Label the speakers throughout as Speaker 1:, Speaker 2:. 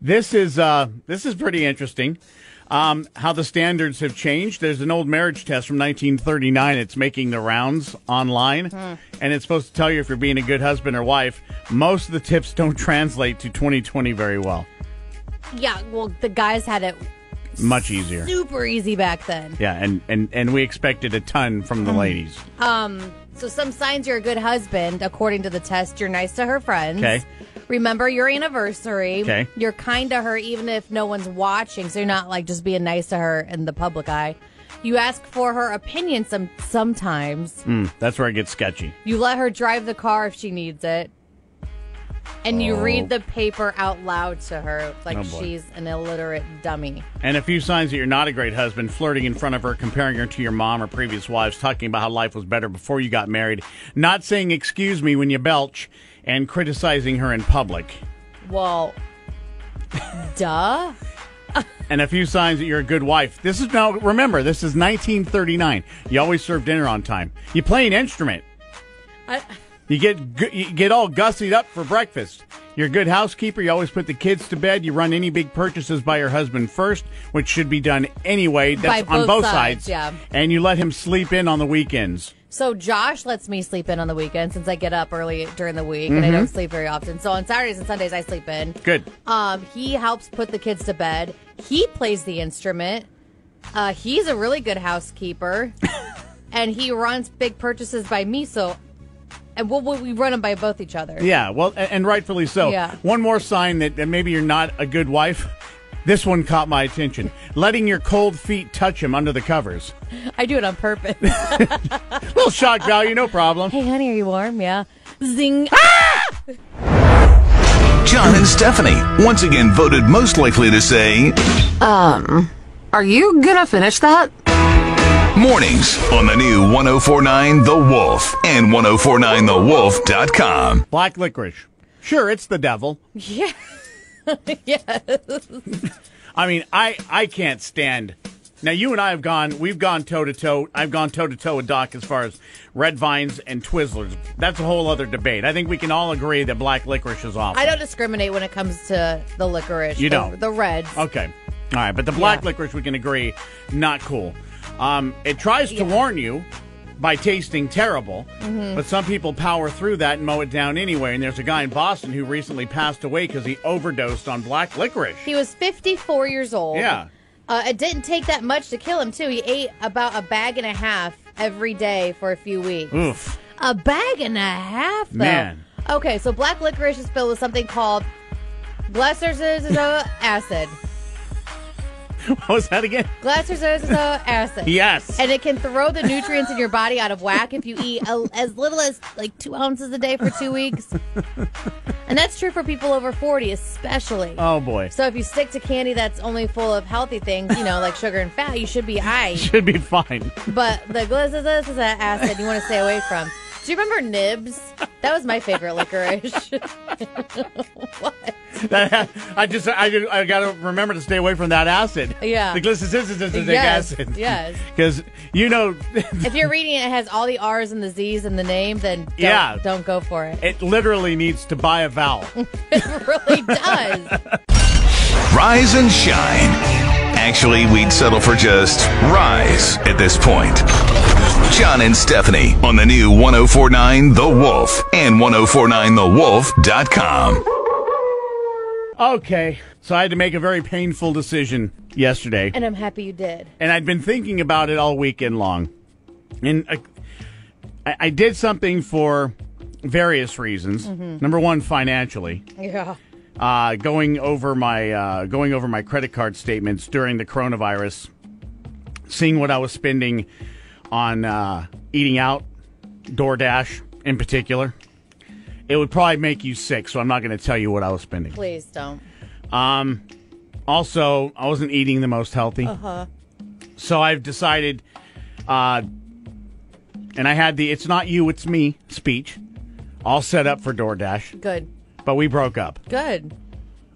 Speaker 1: This is uh, this is pretty interesting. Um, how the standards have changed. There's an old marriage test from 1939. It's making the rounds online, and it's supposed to tell you if you're being a good husband or wife. Most of the tips don't translate to 2020 very well.
Speaker 2: Yeah, well, the guys had it
Speaker 1: Much easier.
Speaker 2: super easy back then.
Speaker 1: Yeah, and and and we expected a ton from the ladies.
Speaker 2: Um, so some signs you're a good husband, according to the test. You're nice to her friends.
Speaker 1: Okay.
Speaker 2: Remember your anniversary.
Speaker 1: Okay.
Speaker 2: You're kind to her even if no one's watching, so you're not like just being nice to her in the public eye. You ask for her opinion some sometimes.
Speaker 1: Mm, that's where it gets sketchy.
Speaker 2: You let her drive the car if she needs it. And you read the paper out loud to her like
Speaker 1: Oh, boy.
Speaker 2: she's an illiterate dummy.
Speaker 1: And a few signs that you're not a great husband flirting in front of her, comparing her to your mom or previous wives, talking about how life was better before you got married, not saying excuse me when you belch, and criticizing her in public.
Speaker 2: Well, duh.
Speaker 1: And a few signs that you're a good wife. This is now, remember, this is 1939. You always serve dinner on time. You play an instrument.
Speaker 2: I,
Speaker 1: You get gu- you get all gussied up for breakfast. You're a good housekeeper. You always put the kids to bed. You run any big purchases by your husband first, which should be done anyway. That's
Speaker 2: By
Speaker 1: on
Speaker 2: both
Speaker 1: both sides.
Speaker 2: sides, yeah.
Speaker 1: And you let him sleep in on the weekends.
Speaker 2: So Josh lets me sleep in on the weekend since I get up early during the week and I
Speaker 1: Mm-hmm.
Speaker 2: don't sleep very often. So on Saturdays and Sundays I sleep in.
Speaker 1: Good.
Speaker 2: Um, he helps put the kids to bed. He plays the instrument. Uh, he's a really good housekeeper, and he runs big purchases by me. So, and we'll, we we run them by both each other.
Speaker 1: Yeah. Well, a- and rightfully so.
Speaker 2: Yeah.
Speaker 1: One more sign that, that maybe you're not a good wife. This one caught my attention. Letting your cold feet touch him under the covers.
Speaker 2: I do it on purpose.
Speaker 1: Little shock value, no problem.
Speaker 2: hey, honey, are you warm? Yeah. Zing.
Speaker 1: Ah!
Speaker 3: John and Stephanie, once again voted most likely to say
Speaker 4: Are you gonna finish that?
Speaker 3: mornings on the new 1049 The Wolf and 1049TheWolf.com.
Speaker 1: Black licorice. Sure, it's the devil.
Speaker 2: Yeah. yes.
Speaker 1: I mean, I I can't stand. Now you and I have gone, we've gone toe to toe. I've gone toe to toe with Doc as far as red vines and Twizzlers. That's a whole other debate. I think we can all agree that black licorice is awful.
Speaker 2: I don't discriminate when it comes to the licorice.
Speaker 1: You
Speaker 2: the,
Speaker 1: don't.
Speaker 2: The reds.
Speaker 1: Okay, all right, but the black
Speaker 2: Yeah.
Speaker 1: licorice we can agree, not cool. Um, it tries to warn you by tasting terrible,
Speaker 2: Mm-hmm.
Speaker 1: but some people power through that and mow it down anyway. And there's a guy in Boston who recently passed away because he overdosed on black licorice.
Speaker 2: He was 54 years old.
Speaker 1: Yeah.
Speaker 2: Uh, it didn't take that much to kill him, too. He ate about a bag and a half every day for a few weeks.
Speaker 1: Oof.
Speaker 2: A bag and a half, though.
Speaker 1: Mm. Man.
Speaker 2: Okay, so black licorice is filled with something called glycerzozo acid.
Speaker 1: What was that again?
Speaker 2: Glycerzozo acid.
Speaker 1: Yes.
Speaker 2: And it can throw the nutrients in your body out of whack if you eat a, as little as like two ounces a day for two weeks. and that's true for people over 40, especially.
Speaker 1: Oh boy.
Speaker 2: So if you stick to candy that's only full of healthy things, you know, like sugar and fat, you should be high.
Speaker 1: Should be fine.
Speaker 2: But the glycerol is that acid you want to stay away from. Do you remember Nibs? That was my favorite licorice. what?
Speaker 1: That, I just I, just- I gotta remember to stay away from that acid.
Speaker 2: Yeah.
Speaker 1: The glycyricidic
Speaker 2: Yes,
Speaker 1: acid.
Speaker 2: yes.
Speaker 1: Because you know,
Speaker 2: If you're reading it, it has all the R's and the Z's in the name, then don't,
Speaker 1: Yeah.
Speaker 2: don't go for it.
Speaker 1: it literally needs to buy a vowel.
Speaker 2: It really does.
Speaker 3: Rise and shine. Actually, we'd settle for just rise at this point. John and Stephanie on the new 1049 The Wolf and 1049TheWolf.com.
Speaker 1: okay. So I had to make a very painful decision yesterday,
Speaker 2: And I'm happy you did.
Speaker 1: and I'd been thinking about it all weekend long, and I, I- I did something for various reasons. Number one, financially.
Speaker 2: Yeah.
Speaker 1: uh, going over my uh, going over my credit card statements during the coronavirus, seeing what I was spending on uh, eating out, DoorDash in particular. It would probably make you sick, so I'm not going to tell you what I was spending.
Speaker 2: Please don't.
Speaker 1: Also, I wasn't eating the most healthy. Uh-huh. So I've decided, uh, and I had the "It's not you, it's me" speech all set up for DoorDash,
Speaker 2: Good.
Speaker 1: but we broke up.
Speaker 2: Good.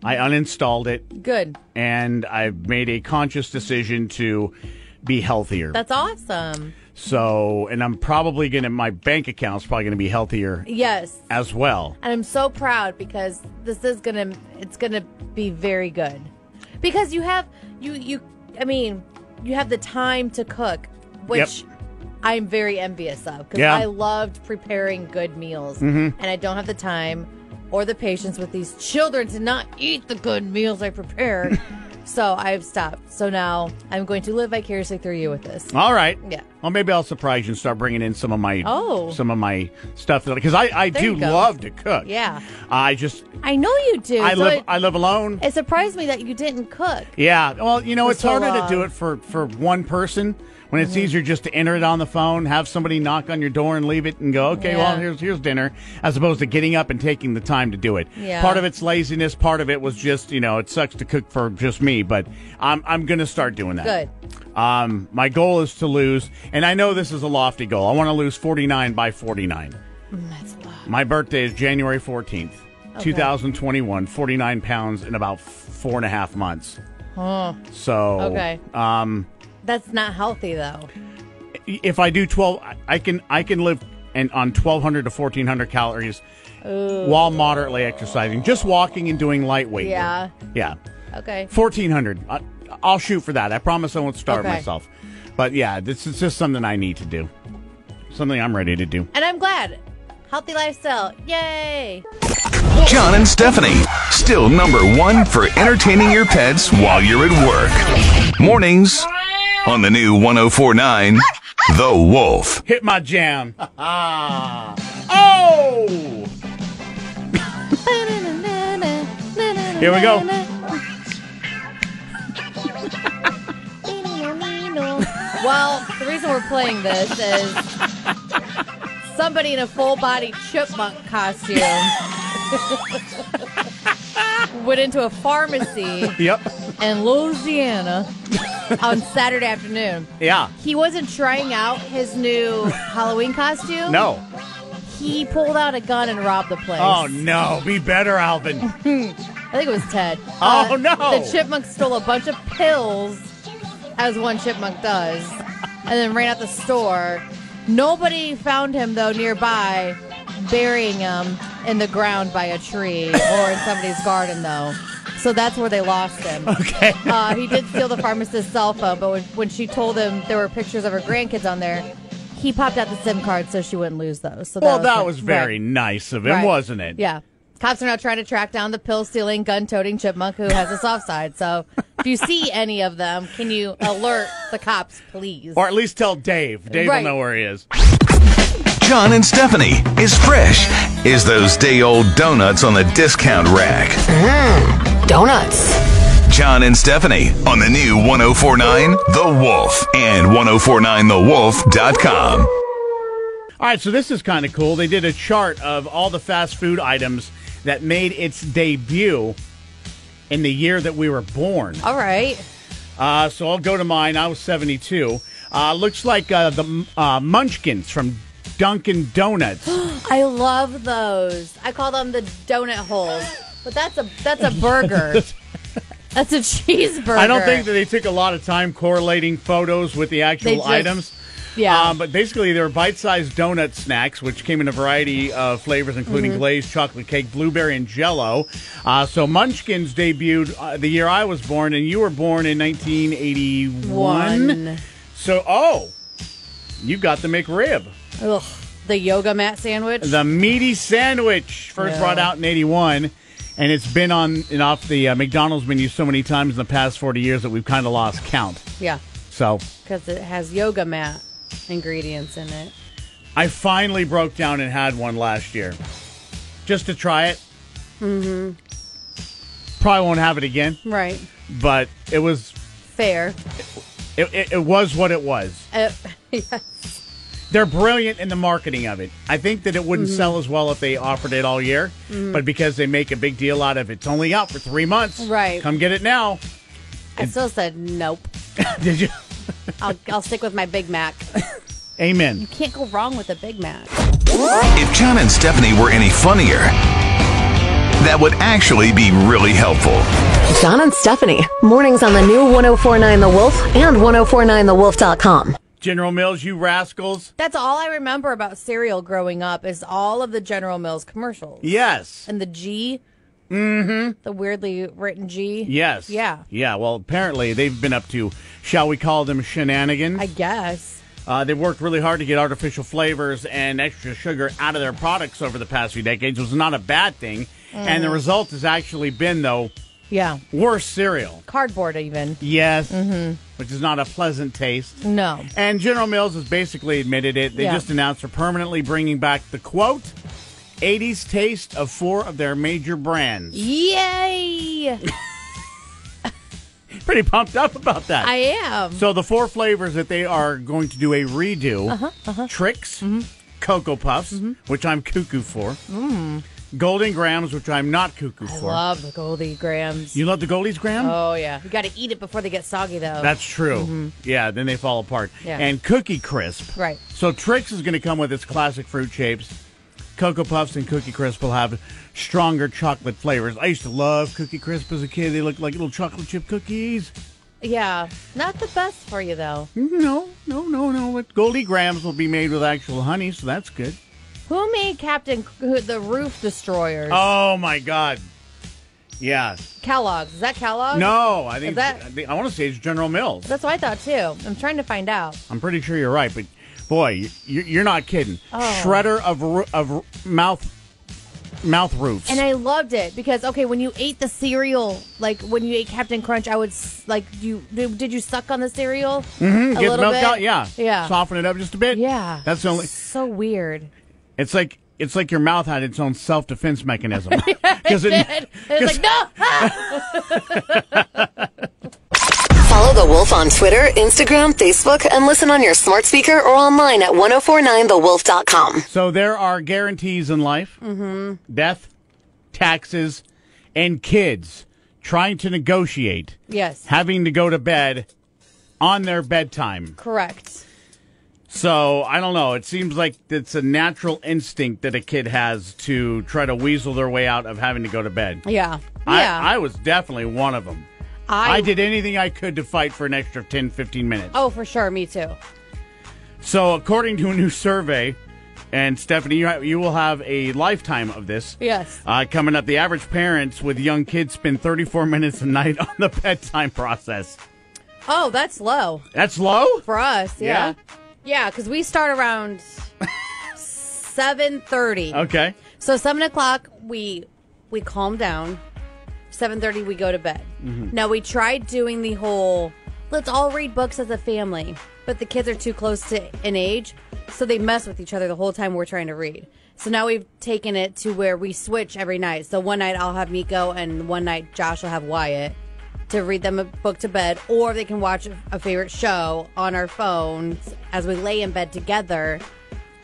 Speaker 1: I uninstalled it.
Speaker 2: Good.
Speaker 1: and I've made a conscious decision to be healthier.
Speaker 2: That's awesome.
Speaker 1: so, and I'm probably going to, my bank account's probably going to be healthier
Speaker 2: Yes.
Speaker 1: as well.
Speaker 2: And I'm so proud because this is gonna it's gonna be very good. Because you have you you I mean, you have the time to cook, which I'm very envious of because
Speaker 1: Yeah. Mm-hmm.
Speaker 2: I loved preparing good meals and I don't have the time or the patience with these children to not eat the good meals I prepare. so I've stopped. So now I'm going to live vicariously through you with this.
Speaker 1: All right.
Speaker 2: Yeah.
Speaker 1: Well, maybe I'll surprise you and start bringing in some of my
Speaker 2: Oh.
Speaker 1: some of my stuff because I, I
Speaker 2: There
Speaker 1: do
Speaker 2: you go.
Speaker 1: love to cook.
Speaker 2: Yeah.
Speaker 1: I just
Speaker 2: I know you do.
Speaker 1: I
Speaker 2: so
Speaker 1: live
Speaker 2: it,
Speaker 1: I live alone.
Speaker 2: it surprised me that you didn't cook.
Speaker 1: Yeah. Well, you know,
Speaker 2: For
Speaker 1: it's
Speaker 2: so Mm-hmm.
Speaker 1: harder to
Speaker 2: long.
Speaker 1: do it for, for one person when it's easier just to enter it on the phone, have somebody knock on your door and leave it and go, okay, well,
Speaker 2: Yeah.
Speaker 1: here's here's dinner, as opposed to getting up and taking the time to do it.
Speaker 2: Yeah.
Speaker 1: Part of it's laziness. Part of it was just, you know, it sucks to cook for just me, but I'm, I'm going to start doing that.
Speaker 2: Good.
Speaker 1: Um, my goal is to lose, and I know this is a lofty goal. I want to lose 49 by 49.
Speaker 2: That's a lot.
Speaker 1: My birthday is January 14th, 2021, 49 pounds in about four and a half months. So,
Speaker 2: Okay.
Speaker 1: um,
Speaker 2: That's not healthy though.
Speaker 1: if I do 12, I- I can, I can live and on 1200 to 1400 calories while moderately exercising, just walking and doing lightweight. work.
Speaker 2: Yeah.
Speaker 1: Yeah.
Speaker 2: Okay.
Speaker 1: 1400. I, I'll shoot for that. I promise I won't starve
Speaker 2: Okay.
Speaker 1: myself. But yeah, this is just something I need to do. Something I'm ready to do.
Speaker 2: And I'm glad. Healthy lifestyle. Yay.
Speaker 3: John and Stephanie, still number one for entertaining your pets while you're at work. Mornings on the new 1049 The Wolf.
Speaker 1: Hit my jam. oh!
Speaker 2: Here
Speaker 1: we go.
Speaker 2: Well, the reason we're playing this is somebody in a full body chipmunk costume went into a pharmacy
Speaker 1: Yep.
Speaker 2: in Louisiana on Saturday afternoon.
Speaker 1: Yeah.
Speaker 2: He wasn't trying out his new Halloween costume.
Speaker 1: No.
Speaker 2: He pulled out a gun and robbed the place.
Speaker 1: Oh no, be better, Alvin.
Speaker 2: I think it was Ted. Uh,
Speaker 1: Oh, no.
Speaker 2: The chipmunk stole a bunch of pills, as one chipmunk does, and then ran out the store. Nobody found him though nearby, burying him in the ground by a tree or in somebody's garden though. So that's where they lost him.
Speaker 1: Okay.
Speaker 2: Uh, he did steal the pharmacist's cell phone, but when, when she told him there were pictures of her grandkids on there, he popped out the SIM card so she wouldn't lose those. So
Speaker 1: well,
Speaker 2: my-
Speaker 1: that was very
Speaker 2: right.
Speaker 1: nice of him,
Speaker 2: Right.
Speaker 1: wasn't it?
Speaker 2: Yeah. Cops are now trying to track down the pill stealing, gun toting chipmunk who has a soft side. So if you see any of them, can you alert the cops, please?
Speaker 1: Or at least tell Dave. Dave
Speaker 2: Right.
Speaker 1: will know where he is.
Speaker 3: John and Stephanie is fresh is those day old donuts on the discount rack.
Speaker 4: Donuts.
Speaker 3: John and Stephanie on the new 1049 The Wolf and 1049TheWolf.com.
Speaker 1: All right, so this is kind of cool. They did a chart of all the fast food items that made its debut in the year that we were born.
Speaker 2: All right.
Speaker 1: Uh, so I'll go to mine. I was 72. Uh, looks like uh, the uh, Munchkins from Dunkin' Donuts.
Speaker 2: I love those. I call them the donut holes. But that's a that's a burger. that's a cheeseburger.
Speaker 1: I don't think that they took a lot of time correlating photos with the actual
Speaker 2: They just-
Speaker 1: items.
Speaker 2: Yeah.
Speaker 1: Um, but basically, they were bite sized donut snacks, which came in a variety of flavors, including glazed chocolate cake, blueberry, and jello. Uh, so, Munchkins debuted uh, the year I was born, and you were born in 1981.
Speaker 2: one.
Speaker 1: So, oh, you got the McRib.
Speaker 2: Ugh, the yoga mat sandwich.
Speaker 1: The meaty sandwich, first
Speaker 2: No.
Speaker 1: brought out in '81, and it's been on and off the uh, McDonald's menu so many times in the past 40 years that we've kind of lost count.
Speaker 2: yeah,
Speaker 1: So
Speaker 2: because it has yoga mat ingredients in it.
Speaker 1: I finally broke down and had one last year, just to try it. Mm-hmm. Probably won't have it again,
Speaker 2: Right.
Speaker 1: but it was
Speaker 2: Fair.
Speaker 1: it, it, it was what it was.
Speaker 2: Uh,
Speaker 1: They're brilliant in the marketing of it. I think that it
Speaker 2: Mm-hmm.
Speaker 1: wouldn't sell as well if they offered it all year, but because they make a big deal out of it's only out for three months.
Speaker 2: Right.
Speaker 1: Come get it now.
Speaker 2: I still said nope.
Speaker 1: Did you?
Speaker 2: I'll, I'll stick with my Big Mac.
Speaker 1: Amen.
Speaker 2: Can't go wrong with a Big Mac.
Speaker 3: If John and Stephanie were any funnier, that would actually be really helpful.
Speaker 5: John and Stephanie. Mornings on the new 1049 The Wolf and 1049TheWolf.com.
Speaker 1: General Mills, you rascals.
Speaker 2: That's all I remember about cereal growing up is all of the General Mills commercials.
Speaker 1: Yes.
Speaker 2: And the G. Mm-hmm. The weirdly written G.
Speaker 1: Yes.
Speaker 2: Yeah.
Speaker 1: Yeah. Well, apparently they've been up to, shall we call them shenanigans?
Speaker 2: I guess.
Speaker 1: Uh, they've worked really hard to get artificial flavors and extra sugar out of their products over the past few decades, which is not a bad thing. And the
Speaker 2: Mm-hmm.
Speaker 1: result has actually been, though,
Speaker 2: Yeah.
Speaker 1: worse cereal.
Speaker 2: Cardboard even.
Speaker 1: Yes. Mm-hmm. Which is not a pleasant taste.
Speaker 2: No.
Speaker 1: And General Mills has basically admitted it. They
Speaker 2: Yeah.
Speaker 1: just announced they're permanently bringing back the quote 80s taste of four of their major brands.
Speaker 2: Yay!
Speaker 1: Pretty pumped up about that.
Speaker 2: I am.
Speaker 1: so the four flavors that they are going to do a redo
Speaker 2: Uh-huh,
Speaker 1: Tricks,
Speaker 2: Mm-hmm.
Speaker 1: Cocoa Puffs, which I'm cuckoo for, Golden Grams, which I'm not cuckoo for.
Speaker 2: Mm. Love the Goldie Grams.
Speaker 1: you love the Goldies Graham?
Speaker 2: oh yeah. You got to eat it before they get soggy though.
Speaker 1: That's true. Yeah, then they fall apart.
Speaker 2: Yeah.
Speaker 1: And Cookie Crisp.
Speaker 2: Right.
Speaker 1: So Trix is going to come with its classic fruit shapes. Cocoa Puffs and Cookie Crisp will have stronger chocolate flavors. I used to love Cookie Crisp as a kid. They looked like little chocolate chip cookies.
Speaker 2: yeah. Not the best for you though.
Speaker 1: No, no, no, no. It- Goldie Grams will be made with actual honey, so that's good.
Speaker 2: Who made Captain C- the Roof Destroyers?
Speaker 1: Oh my God. Yeah.
Speaker 2: Kellogg's. Is that Kellogg's?
Speaker 1: No, I think
Speaker 2: Is that-
Speaker 1: I think- I want to say it's General Mills.
Speaker 2: That's what I thought too. I'm trying to find out.
Speaker 1: I'm pretty sure you're right, but boy, you- you're not kidding.
Speaker 2: Oh.
Speaker 1: Shredder of ru- of ru- mouth mouth roofs.
Speaker 2: And I loved it because okay, when you ate the cereal, like when you ate Captain Crunch, I would s- like you did, did you suck on the cereal mm-hmm, a
Speaker 1: Get
Speaker 2: little
Speaker 1: milk
Speaker 2: bit?
Speaker 1: out, yeah,
Speaker 2: yeah,
Speaker 1: Soften it up just a bit.
Speaker 2: yeah.
Speaker 1: that's the only.
Speaker 2: so weird.
Speaker 1: It's like it's like your mouth had its own self defense mechanism because it.
Speaker 2: It's like no,
Speaker 5: Follow The Wolf on Twitter, Instagram, Facebook, and listen on your smart speaker or online at 1049TheWolf.com.
Speaker 1: So there are guarantees in life: mm-hmm. death, taxes, and kids trying to negotiate
Speaker 2: yes,
Speaker 1: having to go to bed on their bedtime.
Speaker 2: correct.
Speaker 1: So I don't know. It seems like it's a natural instinct that a kid has to try to weasel their way out of having to go to bed.
Speaker 2: Yeah,
Speaker 1: I,
Speaker 2: yeah.
Speaker 1: I was definitely one of them. I did anything I could to fight for an extra 10, 15 minutes.
Speaker 2: Oh, for sure, me too.
Speaker 1: So, according to a new survey, and Stephanie, you, ha- you will have a lifetime of this.
Speaker 2: Yes.
Speaker 1: Uh, coming up, the average parents with young kids spend 34 minutes a night on the bedtime process.
Speaker 2: Oh, that's low
Speaker 1: That's low?
Speaker 2: for us.
Speaker 1: Yeah?
Speaker 2: Yeah, yeah, because we start around seven thirty.
Speaker 1: Okay.
Speaker 2: So seven o'clock, we we calm down. Seven thirty, we go to bed.
Speaker 1: Mm-hmm.
Speaker 2: Now we tried doing the whole let's all read books as a family, but the kids are too close to an age, so they mess with each other the whole time we're trying to read. So now we've taken it to where we switch every night. So one night I'll have Nico, and one night Josh will have Wyatt to read them a book to bed, or they can watch a favorite show on our phones as we lay in bed together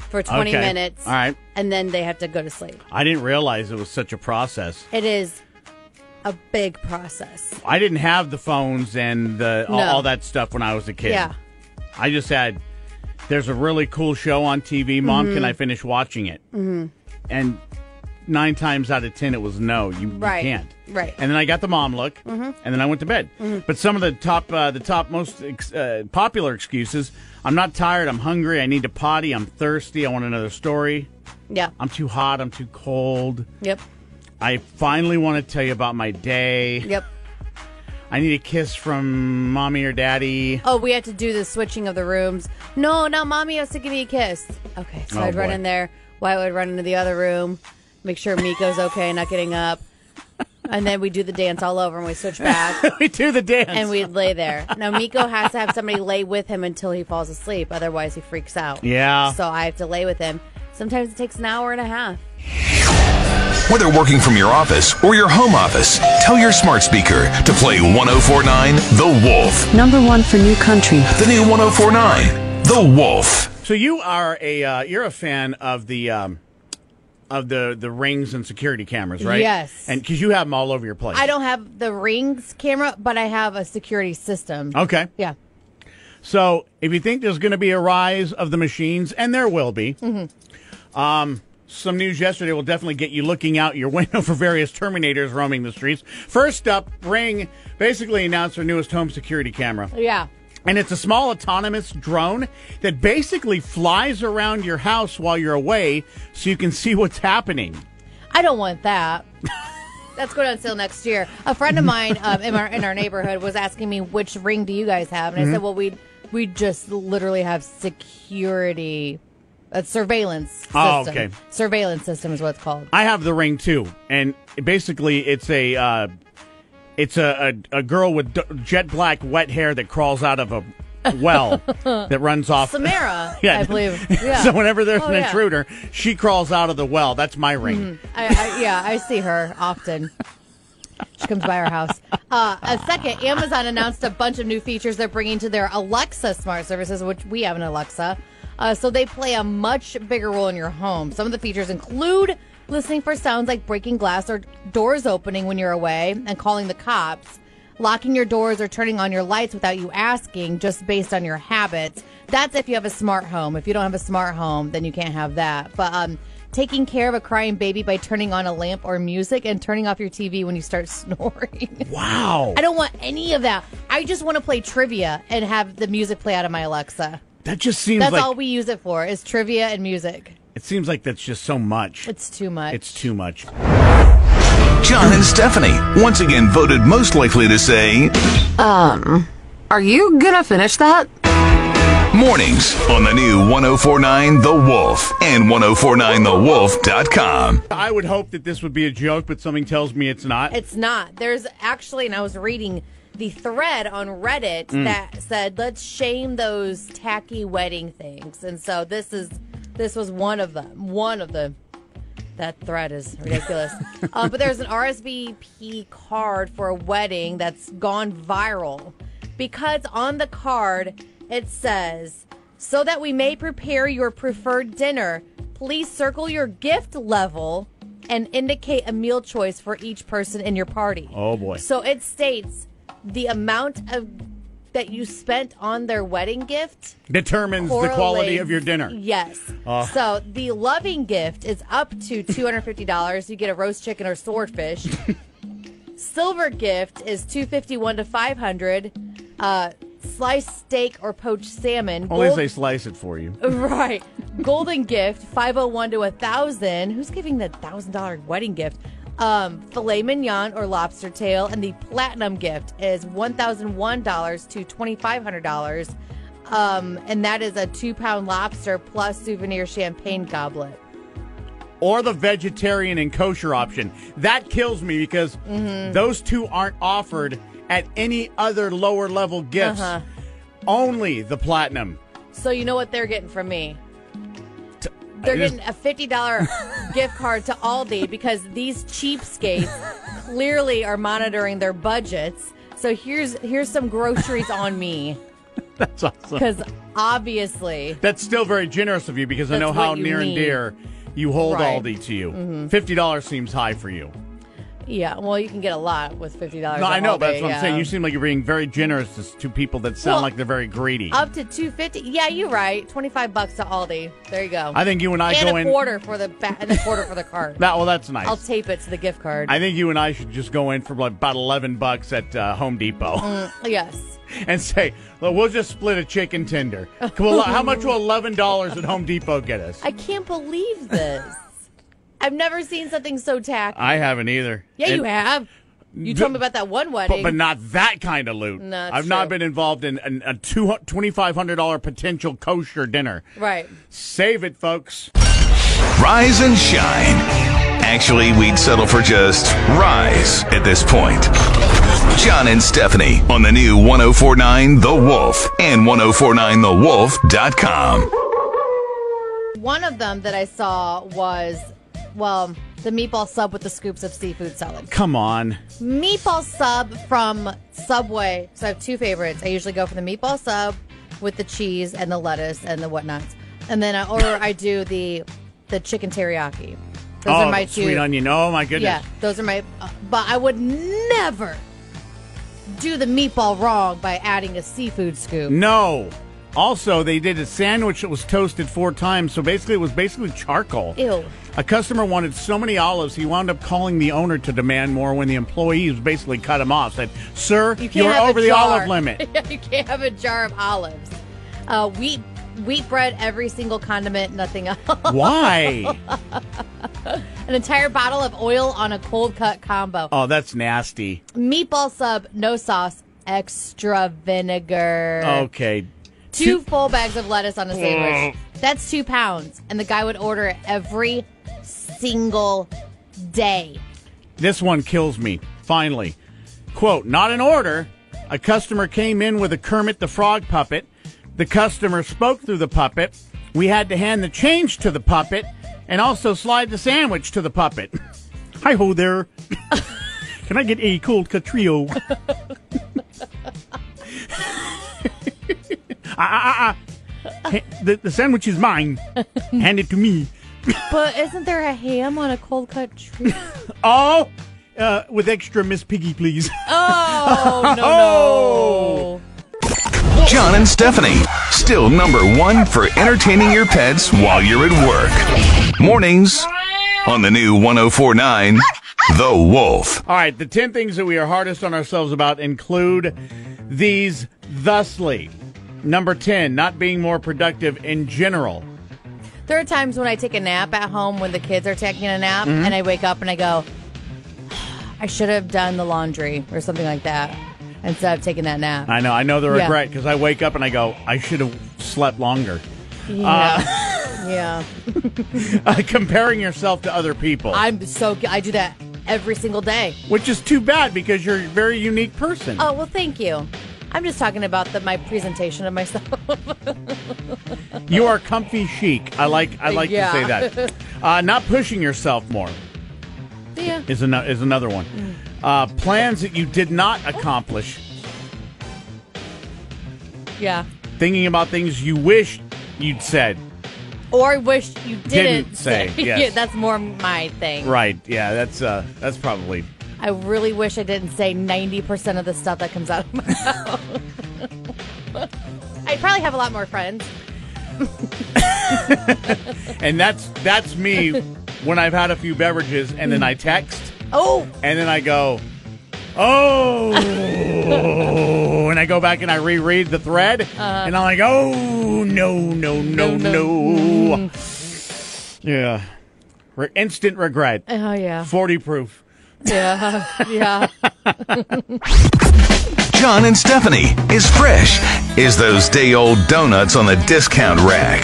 Speaker 2: for twenty
Speaker 1: Okay.
Speaker 2: minutes.
Speaker 1: All right.
Speaker 2: and then they have to go to sleep.
Speaker 1: I didn't realize it was such a process.
Speaker 2: It is a big process.
Speaker 1: I didn't have the phones and the all,
Speaker 2: No.
Speaker 1: all that stuff when I was a kid.
Speaker 2: Yeah.
Speaker 1: I just had. There's a really cool show on TV. Mom,
Speaker 2: Mm-hmm.
Speaker 1: can I finish watching it? Mm-hmm. And nine times out of ten, it was no. You, you
Speaker 2: Right.
Speaker 1: can't.
Speaker 2: Right. Mm-hmm.
Speaker 1: And then I got the mom look, and then I went to bed. But some of the top, uh, the top most ex- uh, popular excuses: I'm not tired. I'm hungry. I need to potty. I'm thirsty. I want another story.
Speaker 2: Yeah.
Speaker 1: I'm too hot. I'm too cold.
Speaker 2: Yep.
Speaker 1: I finally want to tell you about my day.
Speaker 2: Yep.
Speaker 1: I need a kiss from mommy or daddy.
Speaker 2: Oh, we had to do the switching of the rooms. No, now mommy has to give me a kiss. Okay, so
Speaker 1: Oh,
Speaker 2: I'd run
Speaker 1: boy.
Speaker 2: in there. Wyatt would run into the other room, make sure Miko's okay, not getting up. And then we do the dance all over and we switch back
Speaker 1: we do the dance.
Speaker 2: and we'd lay there. Now Miko has to have somebody lay with him until he falls asleep, otherwise he freaks out.
Speaker 1: Yeah.
Speaker 2: So I have to lay with him. Sometimes it takes an hour and a half.
Speaker 3: Whether working from your office or your home office, tell your smart speaker to play 1049 The Wolf.
Speaker 6: Number one for new country.
Speaker 3: The new 1049 The Wolf.
Speaker 1: so you are a uh, you're a fan of the um, of the the rings and security cameras, right?
Speaker 2: Yes.
Speaker 1: And because you have them all over your place.
Speaker 2: I don't have the rings camera, but I have a security system.
Speaker 1: Okay.
Speaker 2: Yeah. Mm-hmm.
Speaker 1: So if you think there's going to be a rise of the machines, and there will be, um, Some news yesterday will definitely get you looking out your window for various Terminators roaming the streets. First up, Ring basically announced their newest home security camera.
Speaker 2: Yeah.
Speaker 1: And it's a small autonomous drone that basically flies around your house while you're away so you can see what's happening.
Speaker 2: I don't want that. That's going on sale next year. A friend of mine um, in, our, in our neighborhood was asking me which ring do you guys have, and I
Speaker 1: Mm-hmm.
Speaker 2: said, "Well, we we just literally have security, uh, surveillance. System.
Speaker 1: Oh, okay.
Speaker 2: Surveillance system is what it's called.
Speaker 1: I have the ring too, and basically it's a uh, it's a, a a girl with d- jet black wet hair that crawls out of a well that runs off.
Speaker 2: Samara,
Speaker 1: Yeah.
Speaker 2: I believe. Yeah.
Speaker 1: so whenever there's
Speaker 2: Oh,
Speaker 1: an
Speaker 2: yeah. Mm-hmm.
Speaker 1: intruder, she crawls out of the well. That's my ring.
Speaker 2: I, I, yeah, I see her often. She comes by our house. Uh, a second, Amazon announced a bunch of new features they're bringing to their Alexa smart services, which we have an Alexa. Uh, so they play a much bigger role in your home. Some of the features include listening for sounds like breaking glass or doors opening when you're away and calling the cops, locking your doors or turning on your lights without you asking, just based on your habits. That's if you have a smart home. If you don't have a smart home, then you can't have that. But um, taking care of a crying baby by turning on a lamp or music and turning off your TV when you start snoring.
Speaker 1: Wow,
Speaker 2: I don't want any of that. I just want to play trivia and have the music play out of my Alexa.
Speaker 1: that just seems
Speaker 2: That's
Speaker 1: like
Speaker 2: all we use it for is trivia and music.
Speaker 1: it seems like that's just so much.
Speaker 2: It's too much.
Speaker 1: It's too much.
Speaker 3: John and Stephanie, once again voted most likely to say
Speaker 4: Um, are you gonna finish that?
Speaker 3: mornings on the new 1049 The Wolf and 1049TheWolf.com.
Speaker 1: I would hope that this would be a joke, but something tells me it's not.
Speaker 2: It's not. There's actually, and I was reading the thread on Reddit that said, "Let's shame those tacky wedding things." And so this is this was one of them. One of them. That thread is ridiculous. uh, but there's an RSVP card for a wedding that's gone viral because on the card it says, "So that we may prepare your preferred dinner, please circle your gift level." And indicate a meal choice for each person in your party.
Speaker 1: Oh, boy.
Speaker 2: So it states the amount of that you spent on their wedding gift
Speaker 1: Determines the quality
Speaker 2: correlates-
Speaker 1: of your dinner. Uh.
Speaker 2: Yes. So the loving gift is up to two hundred fifty dollars. You get a roast chicken or swordfish. Silver gift is two fifty one to five hundred. Uh, sliced steak or poached salmon.
Speaker 1: Only if
Speaker 2: Gold-
Speaker 1: they slice it for you.
Speaker 2: right. Golden gift five hundred one to a thousand. Who's giving the thousand dollar wedding gift? Um, filet mignon or lobster tail, and the platinum gift is one thousand one dollars to twenty five hundred dollars. Um, and that is a two pound lobster plus souvenir champagne goblet.
Speaker 1: or the vegetarian and kosher option. That kills me because
Speaker 2: Mm-hmm.
Speaker 1: those two aren't offered at any other lower level gifts.
Speaker 2: Uh-huh.
Speaker 1: Only the platinum.
Speaker 2: So you know what they're getting from me?
Speaker 1: I
Speaker 2: They're
Speaker 1: just-
Speaker 2: getting a fifty dollar gift card to Aldi because these cheapskates clearly are monitoring their budgets. So here's here's some groceries on me
Speaker 1: That's awesome.
Speaker 2: because obviously
Speaker 1: That's still very generous of you because I
Speaker 2: That's
Speaker 1: know how
Speaker 2: what you
Speaker 1: near and
Speaker 2: need.
Speaker 1: dear you hold
Speaker 2: Right. Mm-hmm.
Speaker 1: Aldi to you. Fifty dollars seems high for you.
Speaker 2: Yeah, well, you can get a lot with fifty dollars.
Speaker 1: No, I know, but that's what I'm saying. You seem like you're being very generous to s- to people that sound
Speaker 2: Well,
Speaker 1: like they're very greedy.
Speaker 2: up to two fifty. Yeah, you're right. Twenty five bucks to Aldi. There you go.
Speaker 1: I think you and I
Speaker 2: and
Speaker 1: go
Speaker 2: a
Speaker 1: in.
Speaker 2: quarter for the ba- and a quarter for the card.
Speaker 1: That well, that's nice.
Speaker 2: I'll tape it to the gift card.
Speaker 1: I think you and I should just go in for like about eleven bucks at uh, Home Depot.
Speaker 2: Mm. yes,
Speaker 1: and say, "Look, we'll just split a chicken tender. Come on, how much will eleven dollars at Home Depot get us?
Speaker 2: I can't believe this. I've never seen something so tacky.
Speaker 1: I haven't either.
Speaker 2: yeah,
Speaker 1: And-
Speaker 2: you have. You told me about that one
Speaker 1: But,
Speaker 2: wedding.
Speaker 1: but not that kind of loot.
Speaker 2: No, it's
Speaker 1: I've not
Speaker 2: true.
Speaker 1: been involved in an, a two twenty five hundred dollar potential kosher dinner.
Speaker 2: right.
Speaker 1: Save it, folks.
Speaker 3: Rise and shine. Actually, we'd settle for just rise at this point. John and Stephanie on the new 1049 The Wolf and 1049TheWolf.com.
Speaker 2: One of them that I saw was, well, the meatball sub with the scoops of seafood salad.
Speaker 1: Come on.
Speaker 2: meatball sub from Subway. So I have two favorites. I usually go for the meatball sub with the cheese and the lettuce and the whatnots, and then I, or I do the the chicken teriyaki. Those
Speaker 1: oh,
Speaker 2: are my two.
Speaker 1: sweet onion. Oh my goodness.
Speaker 2: Yeah, those are my. Uh, but I would never do the meatball wrong by adding a seafood scoop.
Speaker 1: No. Also, they did a sandwich that was toasted four times, so basically it was basically charcoal.
Speaker 2: Ew.
Speaker 1: A customer wanted so many olives, he wound up calling the owner to demand more when the employees basically cut him off. Said, Sir,
Speaker 2: You can't
Speaker 1: you're
Speaker 2: have a
Speaker 1: over the
Speaker 2: jar.
Speaker 1: olive limit.
Speaker 2: you can't have a jar of olives. Uh, wheat wheat bread, every single condiment, nothing else.
Speaker 1: Why?
Speaker 2: An entire bottle of oil on a cold cut combo.
Speaker 1: Oh, that's nasty.
Speaker 2: Meatball sub, no sauce, extra vinegar.
Speaker 1: Okay.
Speaker 2: Two full bags of lettuce on a sandwich.
Speaker 1: Oh.
Speaker 2: That's two pounds. And the guy would order it every single day.
Speaker 1: This one kills me. Finally. Quote, not in order. A customer came in with a Kermit the Frog puppet. The customer spoke through the puppet. We had to hand the change to the puppet and also slide the sandwich to the puppet. Hi ho there. Can I get a cold catrio? ah, ah, ah, ah. Ha- The, the sandwich is mine. Hand it to me.
Speaker 2: But isn't there a ham on a cold cut tree?
Speaker 1: Oh, uh, with extra Miss Piggy, please.
Speaker 2: Oh,
Speaker 1: Oh.
Speaker 2: no, no.
Speaker 3: John and Stephanie, still number one for entertaining your pets while you're at work. Mornings on the new 1049 The Wolf.
Speaker 1: All right, the 10 things that we are hardest on ourselves about include these thusly. Number 10, not being more productive in general.
Speaker 2: There are times when I take a nap at home when the kids are taking a nap,
Speaker 1: Mm-hmm.
Speaker 2: and I wake up and I go, I should have done the laundry or something like that instead of taking that nap.
Speaker 1: I know, I know the
Speaker 2: Yeah.
Speaker 1: regret because I wake up and I go, I should have slept longer.
Speaker 2: yeah.
Speaker 1: Uh-uh.
Speaker 2: yeah.
Speaker 1: Uh, comparing yourself to other people,
Speaker 2: I'm so, gu- I do that every single day.
Speaker 1: which is too bad because you're a very unique person.
Speaker 2: Oh, well, thank you. I'm just talking about the, my presentation of myself.
Speaker 1: You are comfy chic. I like I like
Speaker 2: Yeah.
Speaker 1: to say that. Uh, not pushing yourself more.
Speaker 2: yeah. Mm.
Speaker 1: is, ano- is another one. Uh, plans that you did not accomplish,
Speaker 2: Yeah.
Speaker 1: thinking about things you wished you'd said.
Speaker 2: Or I wish you didn't,
Speaker 1: Didn't say, yes.
Speaker 2: yeah, that's more my thing.
Speaker 1: Right? Yeah, that's uh, that's probably.
Speaker 2: I really wish I didn't say 90% of the stuff that comes out of my mouth. I'd probably have a lot more friends.
Speaker 1: And that's that's me when I've had a few beverages and then I text
Speaker 2: Oh,
Speaker 1: and then I go, oh, and I go back and I reread the thread and I'm like, oh no no no no,
Speaker 2: Uh-huh. No, Mm. no.
Speaker 1: yeah, Re- instant regret,
Speaker 2: oh yeah,
Speaker 1: forty proof.
Speaker 2: yeah, yeah.
Speaker 3: John and Stephanie is fresh as those day old donuts on the discount rack.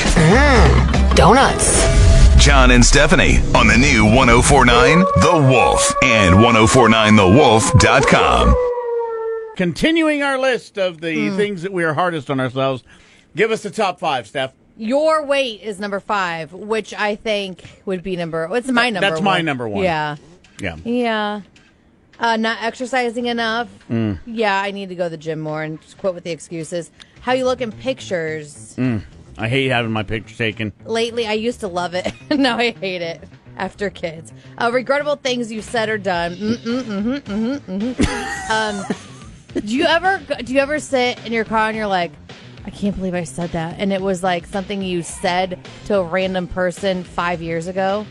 Speaker 5: Donuts.
Speaker 3: John and Stephanie on the new 1049 The Wolf and 1049TheWolf.com.
Speaker 1: Continuing our list of the
Speaker 2: Mm.
Speaker 1: things that we are hardest on ourselves, give us the top five, Steph.
Speaker 2: Your weight is number five, which I think would be number. It's my number.
Speaker 1: That's my number one.
Speaker 2: Yeah,
Speaker 1: Yeah.
Speaker 2: yeah. Uh, not exercising enough.
Speaker 1: Mm.
Speaker 2: Yeah, I need to go to the gym more and just quit with the excuses. How you look in pictures?
Speaker 1: I hate having my picture taken.
Speaker 2: Lately, I used to love it. now I hate it. After kids, uh, regrettable things you said or done. Mm-mm, mm-hmm, mm-hmm, mm-hmm. mm, um, do you ever do you ever sit in your car and you're like, I can't believe I said that, and it was like something you said to a random person five years ago.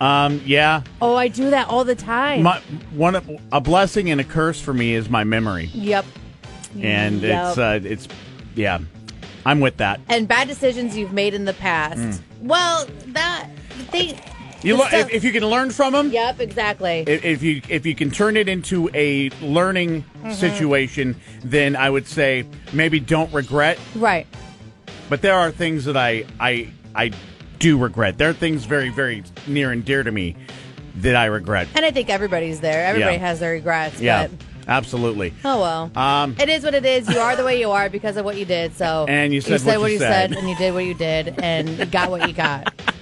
Speaker 1: Um, yeah.
Speaker 2: Oh, I do that all the time.
Speaker 1: My one of- a blessing and a curse for me is my memory.
Speaker 2: yep.
Speaker 1: And
Speaker 2: Yep.
Speaker 1: it's uh, it's yeah. I'm with that.
Speaker 2: and bad decisions you've made in the past. Well, that they.
Speaker 1: Mm. You
Speaker 2: the
Speaker 1: lo- if,
Speaker 2: stuff-
Speaker 1: if you can learn from them,
Speaker 2: yep, exactly.
Speaker 1: if, if you if you can turn it into a learning situation, then I would say maybe don't regret
Speaker 2: right.
Speaker 1: But there are things that I I I do regret. There are things very very near and dear to me that I regret.
Speaker 2: And I think everybody's there. Everybody
Speaker 1: Yeah.
Speaker 2: has their regrets.
Speaker 1: Yeah,
Speaker 2: But,
Speaker 1: absolutely.
Speaker 2: oh well.
Speaker 1: Um,
Speaker 2: it is what it is. You are the way you are because of what you did. So
Speaker 1: And you said what you
Speaker 2: you
Speaker 1: said.
Speaker 2: said, and you did what you did, and you got what you got.